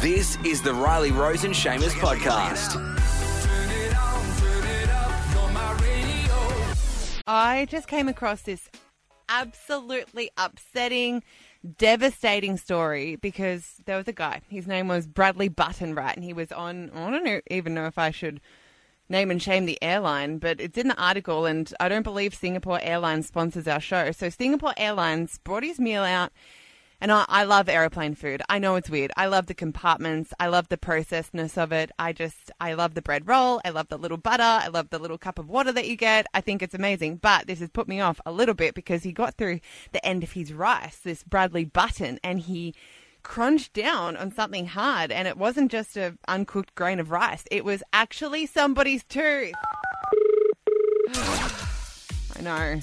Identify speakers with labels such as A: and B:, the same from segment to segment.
A: This is the Riley Rose and Shamers podcast.
B: I just came across this absolutely upsetting, devastating story because there was a guy. His name was Bradley Buttonbright, and he was on. I don't know, even know if I should name and shame the airline, but it's in the article, and I don't believe Singapore Airlines sponsors our show. So Singapore Airlines brought his meal out. And I, I love airplane food. I know it's weird. I love the compartments. I love the processedness of it. I just, I love the bread roll. I love the little butter. I love the little cup of water that you get. I think it's amazing. But this has put me off a little bit because he got through the end of his rice, this Bradley button, and he crunched down on something hard. And it wasn't just a uncooked grain of rice. It was actually somebody's tooth. I know.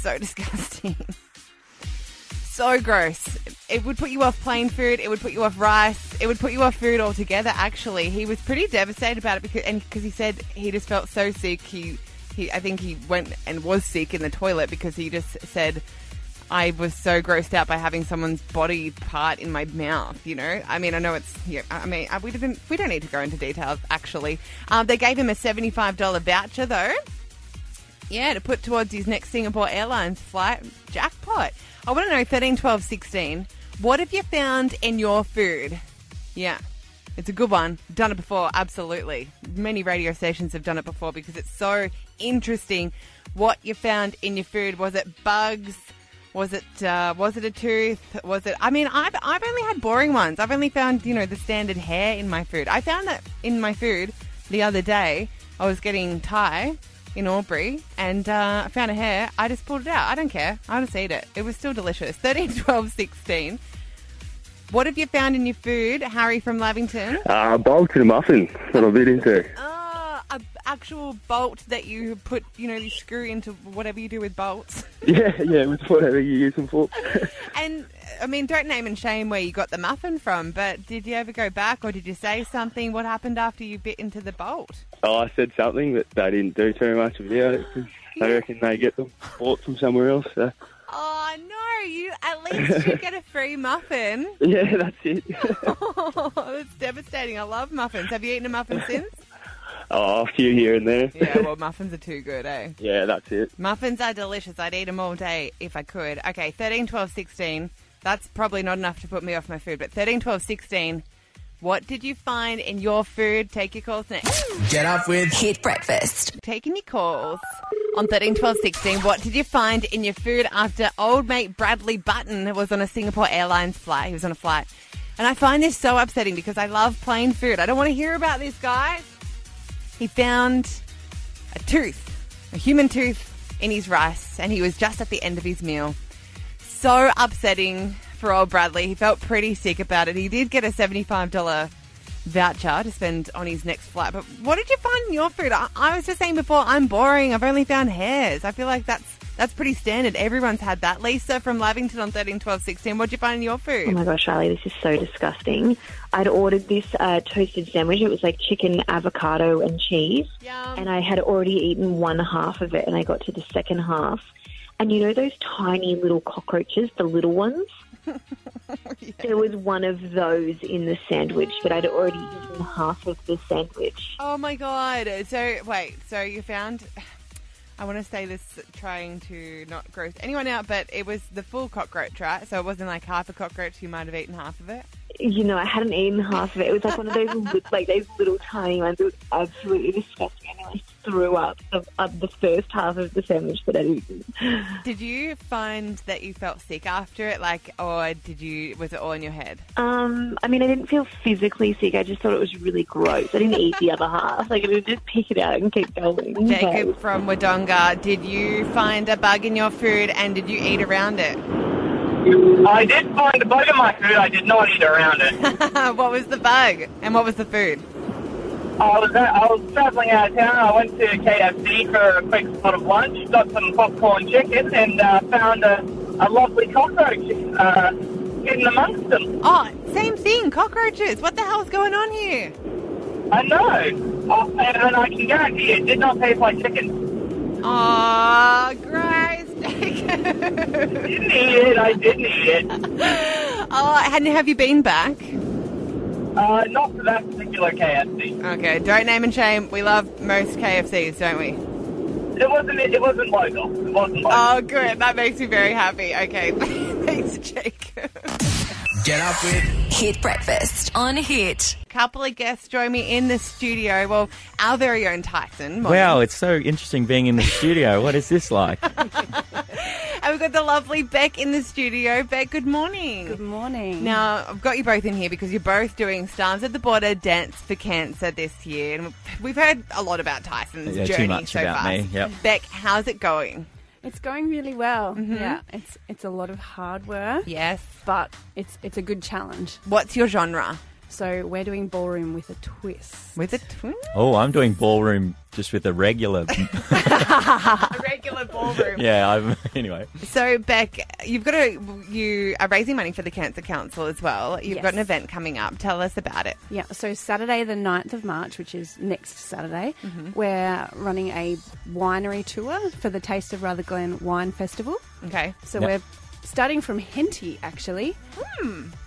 B: So disgusting. so gross. It would put you off plain food. It would put you off rice. It would put you off food altogether. Actually, he was pretty devastated about it because and because he said he just felt so sick. He he I think he went and was sick in the toilet because he just said. I was so grossed out by having someone's body part in my mouth. You know, I mean, I know it's. Yeah, I mean, uh, we didn't. We don't need to go into details. Actually, um, they gave him a seventy-five dollar voucher though. Yeah, to put towards his next Singapore Airlines flight jackpot. I want to know 13, 12, 16. What have you found in your food? Yeah, it's a good one. Done it before, absolutely. Many radio stations have done it before because it's so interesting what you found in your food. Was it bugs? Was it uh, was it a tooth? Was it? I mean, I've I've only had boring ones. I've only found you know the standard hair in my food. I found that in my food the other day. I was getting Thai in Aubrey and uh, I found a hair. I just pulled it out. I don't care. I just eat it. It was still delicious. 13, 12, 16. What have you found in your food, Harry from Lavington?
C: Uh, bulk in muffin that I bit into.
B: Ah, a actual bolt that you put, you know, you screw into whatever you do with bolts.
C: Yeah, yeah, with whatever you use them for.
B: And I mean, don't name and shame where you got the muffin from, but did you ever go back or did you say something? What happened after you bit into the bolt?
C: Oh, I said something that they didn't do too much of it. I reckon they get them bought from somewhere else. So.
B: Oh no! You at least you get a free muffin.
C: Yeah, that's it.
B: Oh, that's devastating. I love muffins. Have you eaten a muffin since?
C: oh, a few here and there.
B: Yeah, well, muffins are too good, eh?
C: Yeah, that's it.
B: Muffins are delicious. I'd eat them all day if I could. Okay, 13, 12, 16. That's probably not enough to put me off my food, but 13, 12, 16. What did you find in your food? Take your calls next.
A: Get up with
D: Hit breakfast.
B: Taking your calls on 13, 12, 16. What did you find in your food after old mate Bradley Button was on a Singapore Airlines flight? He was on a flight. And I find this so upsetting because I love plain food. I don't want to hear about this, guys. He found a tooth, a human tooth, in his rice, and he was just at the end of his meal. So upsetting for old Bradley. He felt pretty sick about it. He did get a $75 voucher to spend on his next flight. But what did you find in your food? I, I was just saying before, I'm boring. I've only found hairs. I feel like that's that's pretty standard. Everyone's had that. Lisa from Lavington on 13, 12, 16. What did you find in your
E: Oh
B: food?
E: my gosh, Riley, this is so disgusting. I'd ordered this uh, toasted sandwich. It was like chicken, avocado, and cheese.
B: Yum.
E: And I had already eaten one half of it, and I got to the second half. And you know those tiny little cockroaches, the little ones? There was one of those in the sandwich, but I'd already eaten half of the sandwich.
B: Oh my god. So wait, so you found I want to say this trying to not gross anyone out, but it was the full cockroach, right? So it wasn't like half a cockroach, you might have eaten half of it.
E: You know, I hadn't eaten half of it. It was like one of those li- like those little tiny ones. It was absolutely disgusting. And I nearly threw up of, of the first half of the sandwich that I'd eaten.
B: Did you find that you felt sick after it like or did you was it all in your head?
E: Um, I mean, I didn't feel physically sick. I just thought it was really gross. I didn't eat the other half. Like, I didn't just pick it out and keep going.
B: Jacob from Wodonga, did you find a bug in your food and did you eat around it?
F: I did find a bug in my food. I did not eat around it.
B: what was the bug and what was the food?
F: I was uh, I was travelling out of town. I went to KFC for a quick spot of lunch, got some popcorn chicken, and uh, found a, a lovely cockroach uh, hidden amongst them.
B: Oh, same thing, cockroaches. What the hell's going on here?
F: I know, uh, and, and I can guarantee it did not taste like chicken.
B: Aw, Grace, Jacob.
F: Didn't eat it. I didn't eat it.
B: oh, and have you been back?
F: Uh, not for that particular KFC.
B: Okay, don't name and shame. We love most KFCs, don't we?
F: It wasn't. It wasn't local. It wasn't local.
B: Oh, good. That makes me very happy. Okay, thanks, Jacob.
D: Get up with
G: Hit breakfast on Hit.
B: couple of guests join me in the studio. Well, our very own Tyson. Morning.
H: Wow, it's so interesting being in the studio. What is this like?
B: And we've got the lovely Beck in the studio. Beck, good morning.
I: Good morning.
B: Now, I've got you both in here because you're both doing Stars at the Border Dance for Cancer this year. And we've heard a lot about Tyson's
H: Yeah, too
B: journey
H: much
B: so
H: about
B: far.
H: me, yep.
B: Beck, how's it going?
I: It's going really well. Yeah, it's it's a lot of hard work,
B: Yes.
I: but it's it's a good challenge.
B: What's your genre?
I: So we're doing ballroom with a twist.
B: With a hmm? twin?
H: Oh, I'm doing ballroom just with a regular.
B: A regular ballroom.
H: Yeah, I'm anyway.
B: So, Beck, you've got a you are raising money for the Cancer Council as well. You've
I: Yes.
B: got an event coming up. Tell us about it.
I: Yeah, so Saturday the 9th of March, which is next Saturday, we're running a winery tour for the Taste of Rutherglen Wine Festival.
B: Okay.
I: So
H: Yep.
I: we're starting from Henty actually.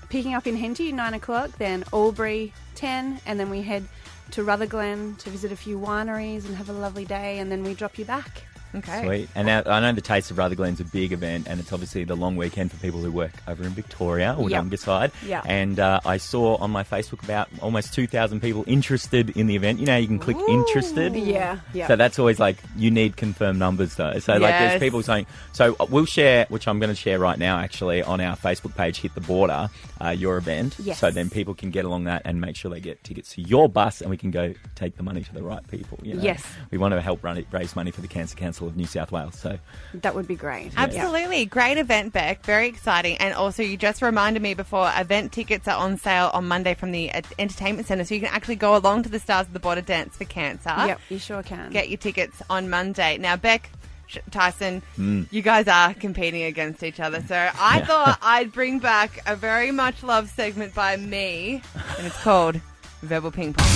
I: Picking up in Henty, nine o'clock, then Albury, ten, and then we head to Rutherglen to visit a few wineries and have a lovely day, and then we drop you back.
B: Okay.
H: Sweet. And now, I know the Taste of Rutherglen's a big event, and it's obviously the long weekend for people who work over in Victoria or
I: Yeah.
H: Yep. side.
I: Yeah.
H: And uh, I saw on my Facebook about almost 2,000 people interested in the event. You know, you can click interested.
I: Yeah, yeah.
H: So that's always like you need confirmed numbers though. So like
B: Yes.
H: there's people saying. So uh, we'll share, which I'm going to share right now actually on our Facebook page. Hit the border, uh, your event.
I: Yes.
H: So then people can get along that and make sure they get tickets to your bus, and we can go take the money to the right people. You know?
I: Yes.
H: We want to help run it, raise money for the Cancer Council of New South Wales. So
I: That would be great.
B: Absolutely. Great event, Beck. Very exciting. And also, you just reminded me before event tickets are on sale on Monday from the uh, Entertainment Centre. So you can actually go along to the Stars of the Border Dance for Cancer.
I: Yeah. Yep, you sure can.
B: Get your tickets on Monday. Now, Beck. Sh- Tyson,
H: Hmm.
B: you guys are competing against each other, so I thought I'd bring back a very much loved segment by me, and it's called Verbal Ping Pong.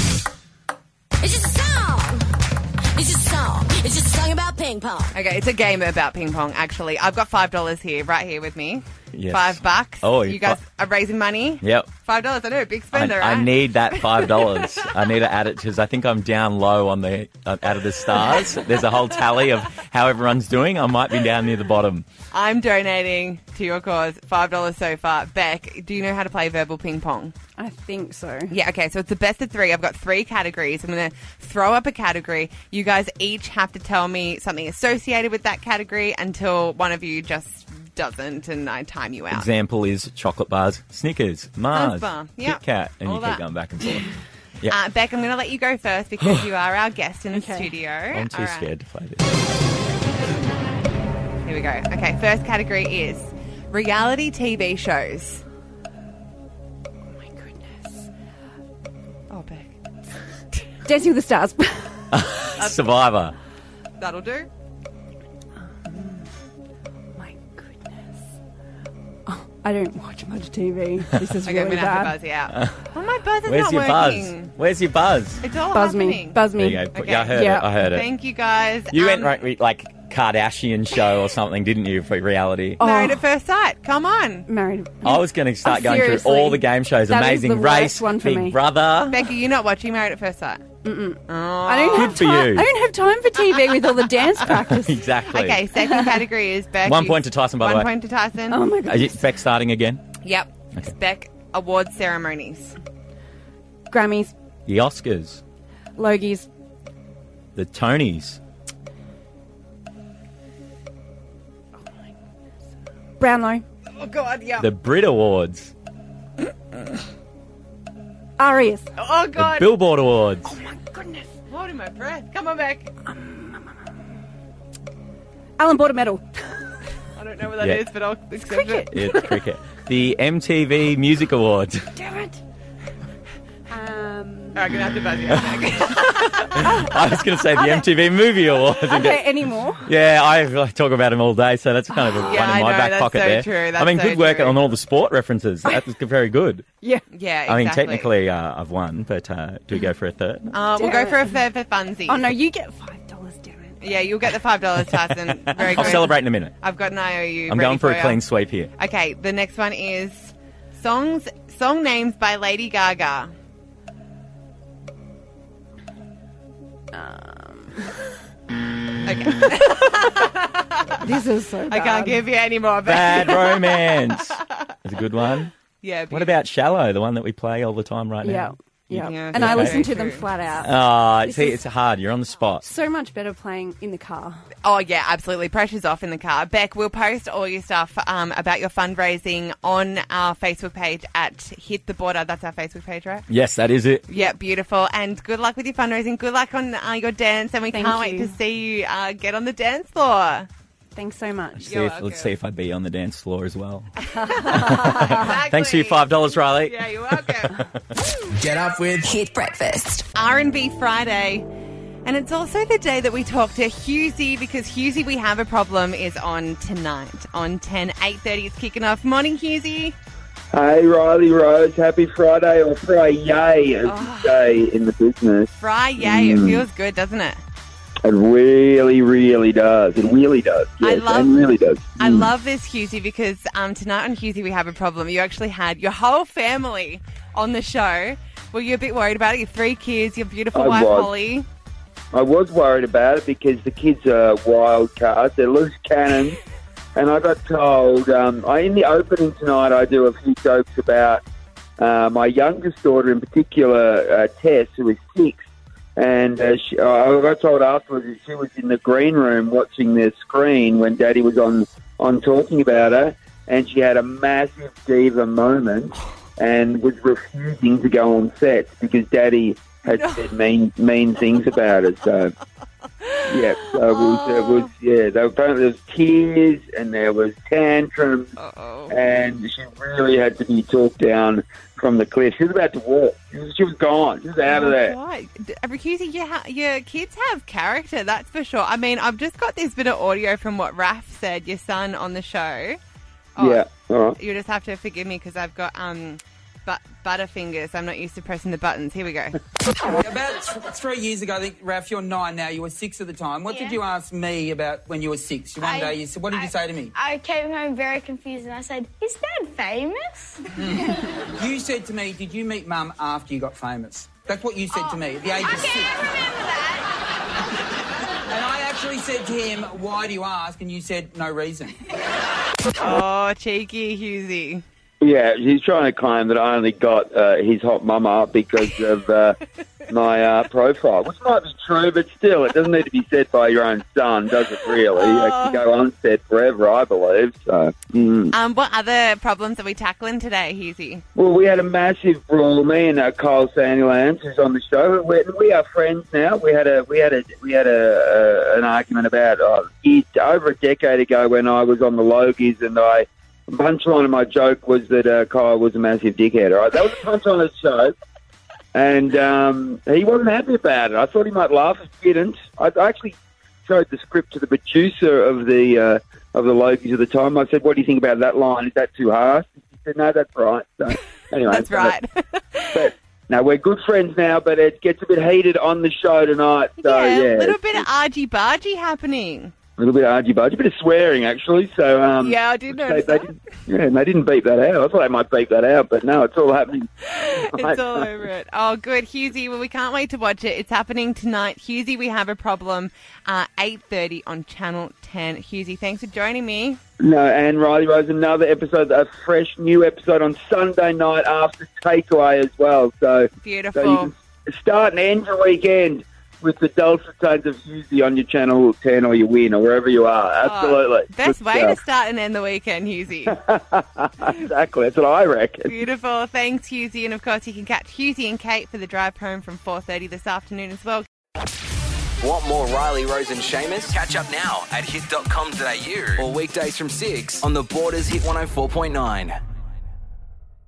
G: It's just a song. It's just a song. It's just a song about ping pong.
B: Okay, it's a game about ping pong. Actually, I've got five dollars here, right here with me.
H: Yes.
B: Five bucks.
H: Oh,
B: you
H: you
B: guys
H: got-
B: are raising money.
H: Yep.
B: Five dollars. I know, big
H: I,
B: spender.
H: I
B: right?
H: need that five dollars. I need to add it because I think I'm down low on the uh, out of the stars. There's a whole tally of how everyone's doing. I might be down near the bottom.
B: I'm donating to your cause. Five dollars so far. Beck, do you know how to play verbal ping pong?
I: I think so.
B: Yeah. Okay. So it's the best of three. I've got three categories. I'm going to throw up a category. You guys each have to tell me something associated with that category until one of you just doesn't, and I time you out.
H: Example is chocolate bars, Snickers, Mars,
B: bar, yep.
H: Kit Kat, and
B: All
H: you
B: that.
H: keep going back and forth.
B: Uh, Beck, I'm going to let you go first because you are our guest in the
I: Okay.
B: studio.
H: I'm too
B: All right.
H: scared to play
I: Oh
H: this.
B: Here we go. Okay, first category is reality TV shows.
I: Oh my goodness.
B: Oh, Beck.
I: Dancing with the Stars. Oh
H: Survivor.
B: That'll do.
I: my goodness. Oh, I don't watch much TV. This is
B: Okay, I'm
I: really
B: going to have to
I: bad.
B: buzz you out. Oh, my buzzer's
H: Uh, Where's
B: not
H: your
B: working.
H: buzz? Where's your buzz?
B: It's all
I: Buzz
B: happening.
I: me. Buzz
H: Oh, There
I: me.
H: you go.
B: Okay.
H: Yeah, I heard
I: Yeah.
H: it. I heard it.
B: Thank you guys.
H: you went
B: Um,
H: right with, like Kardashian show or something, didn't you? For reality.
B: Married
I: Oh.
B: at first sight. Come on.
I: Married.
H: I was going to start
I: Oh,
H: going through
I: seriously.
H: all the game shows.
I: That is
H: Amazing
I: the worst
H: Race,
I: one for
H: Big
I: me.
H: Brother.
B: Becky, you're not watching Married at First Sight.
I: I don't have
H: Good for
I: time.
H: you.
I: I don't have time for TV with all the dance practice.
H: Exactly.
B: Okay, second category is Beck.
H: One
B: you-
H: point to Tyson, by the
B: One
H: way.
B: point to Tyson.
I: Oh my
H: Are you
I: goodness.
H: back starting again?
B: Yep. It's Beck award ceremonies.
I: Grammys,
H: The Oscars,
I: Logies,
H: the Tonys,
I: Brownlow,
B: Oh, God, yeah.
H: the Brit Awards,
I: Arias.
B: Oh,
H: the
B: God.
H: Billboard Awards,
B: Holding my breath. Come on, Beck.
I: Alan bought a medal.
B: I don't know what that
H: Yeah.
B: is, but I'll accept
I: cricket.
B: it.
H: it's cricket, the MTV Music Awards,
I: Damn it. Um,
B: All right, going to have to buzz you out, Beck.
H: I was going to say the MTV Movie Awards.
I: are there any more?
H: Yeah, I I talk about them all day, so that's kind of a
B: Yeah,
H: one
B: I
H: in my
B: know,
H: back
B: that's
H: pocket
B: so
H: there.
B: true, that's
H: I mean,
B: so
H: good work
B: true.
H: on all the sport references. That was very good.
I: Yeah.
B: Yeah,
H: I mean,
B: exactly.
H: technically, uh, I've won, but uh, do we go for a third?
B: Uh, we'll go
I: Damn
B: for a fair for funsies.
I: Oh no, you get five dollars. Damn it.
B: Yeah, you'll get the five dollars, Tyson. Very
H: I'll
B: good.
H: celebrate in a minute.
B: I've got an IOU.
H: I'm
B: ready
H: going for a
B: ya.
H: clean sweep here.
B: Okay, the next one is songs song names by Lady Gaga.
I: This is so
B: I can't give you any more. But
H: Bad romance. That's a good one.
B: yeah.
H: What about Shallow, the one that we play all the time right
I: Yeah.
H: now?
I: Yeah.
B: Yeah,
I: and I
H: okay.
I: listen to
B: Very
I: them
B: true.
I: flat out.
H: Ah,
I: This
H: see,
I: is-
H: it's hard. You're on the spot.
I: so much better playing in the car.
B: Oh yeah, absolutely. Pressure's off in the car. Beck, we'll post all your stuff um, about your fundraising on our Facebook page at Hit the Border. That's our Facebook page, right?
H: Yes, that is it.
B: Yeah, beautiful. And good luck with your fundraising. Good luck on uh, your dance, and we
I: Thank
B: can't wait
I: you.
B: to see you uh, get on the dance floor.
I: Thanks so much.
H: See if, let's see if I'd be on the dance floor as well.
B: Exactly.
H: Thanks for your five dollars, Riley.
B: Yeah, you're welcome.
D: Get up with
G: Hit breakfast.
B: R&B Friday. And it's also the day that we talk to Husey because Husey We Have a Problem is on tonight on 10, 8.30. It's kicking off. Morning, Husey.
C: Hey, Riley Rose, happy Friday or Friday,
B: Oh.
C: as you say in the business.
B: Fry, yay.
D: Mm.
B: It feels good, doesn't it?
C: It really, really does. It really does.
B: I
C: Yes,
B: love-
C: it really does.
B: I
D: Mm.
B: love this, Husey, because um, tonight on Husey We Have a Problem, you actually had your whole family on the show. Were you a bit worried about it? Your three kids, your beautiful
C: I
B: wife,
C: was.
B: Holly.
C: I was worried about it because the kids are wild cards. They're loose cannons. and I got told, um, I, in the opening tonight, I do a few jokes about uh, my youngest daughter in particular, uh, Tess, who is six. And uh, she, I got told afterwards that she was in the green room watching their screen when Daddy was on, on talking about her. And she had a massive diva moment and was refusing to go on set because Daddy had said mean, mean things about her. So, yeah, so it was, it was, yeah, there, apparently there was tears and there was tantrums
B: Uh-oh.
C: and she really had to be talked down from the cliff. She was about to walk. She was, she was gone. She was out of there.
B: Right. D- uh, Recusey, your, ha- your kids have character, that's for sure. I mean, I've just got this bit of audio from what Raf said, your son, on the show. Oh,
C: Yeah. All right.
B: You'll just have to forgive me because I've got um, but- butterfingers. I'm not used to pressing the buttons. Here we go.
J: About th- three years ago, I think, Raf, you're nine now. You were six at the time. What did you ask me about when you were six? One
K: I-
J: day you said, what did
K: I-
J: you say to me?
K: I came home very confused and I said, Is Dad famous?
J: You said to me, did you meet mum after you got famous? That's what you said to me at the age of
K: Oh, Okay,
J: six.
K: I remember that.
J: And I actually said to him, why do you ask? And you said, no reason.
B: Oh, cheeky Husey.
C: Yeah, he's trying to claim that I only got uh, his hot mama because of uh, my uh, profile, which might be true, but still, it doesn't need to be said by your own son, does it? Really, it can go unsaid forever, I believe. So. Mm.
B: Um, what other problems are we tackling today, Husey?
C: Well, we had a massive brawl. Me and uh, Kyle Sandilands, who's on the show, we we are friends now. We had a we had a we had a, uh an argument about oh, years, over a decade ago when I was on the Logies and I punchline of my joke was that uh, Kyle was a massive dickhead. All right, that was a punchline of the show, and um, he wasn't happy about it. I thought he might laugh. He didn't. I, I actually showed the script to the producer of the uh, of the Logies at the time. I said, "What do you think about that line? Is that too harsh?" He said, "No, that's right." So, anyway,
B: That's
C: so
B: right.
C: But no, we're good friends now. But it gets a bit heated on the show tonight. So
B: yeah, a
C: yeah,
B: little
C: it's
B: bit of argy bargy happening.
C: a little bit of argy bargy, a bit of swearing actually. So um,
B: yeah, I did
C: They,
B: notice
C: they
B: that.
C: didn't, yeah, and they didn't beep that out. I thought they might beep that out, but no, it's all happening.
B: It's all over it. Oh, good, Husey. Well, we can't wait to watch it. It's happening tonight, Husey. We have a problem. Uh, Eight thirty on Channel Ten. Husey, thanks for joining me.
C: No, and Riley Rose, another episode, a fresh new episode on Sunday night after Takeaway as well. So, so
B: Beautiful.
C: you can start and end your weekend with the dulcet tones of Husey on your channel 10 or your win or wherever you are. Absolutely.
B: Oh, Best
C: Good
B: way to
C: stuff.
B: start and end the weekend, Husey.
C: Exactly. That's what I reckon.
B: Beautiful. Thanks, Husey. And of course, you can catch Husey and Kate for the drive home from four thirty this afternoon as well.
A: Want more Riley, Rose, and Seamus? Catch up oh now at hit.com.au or weekdays from 6 on the Borders Hit 104.9.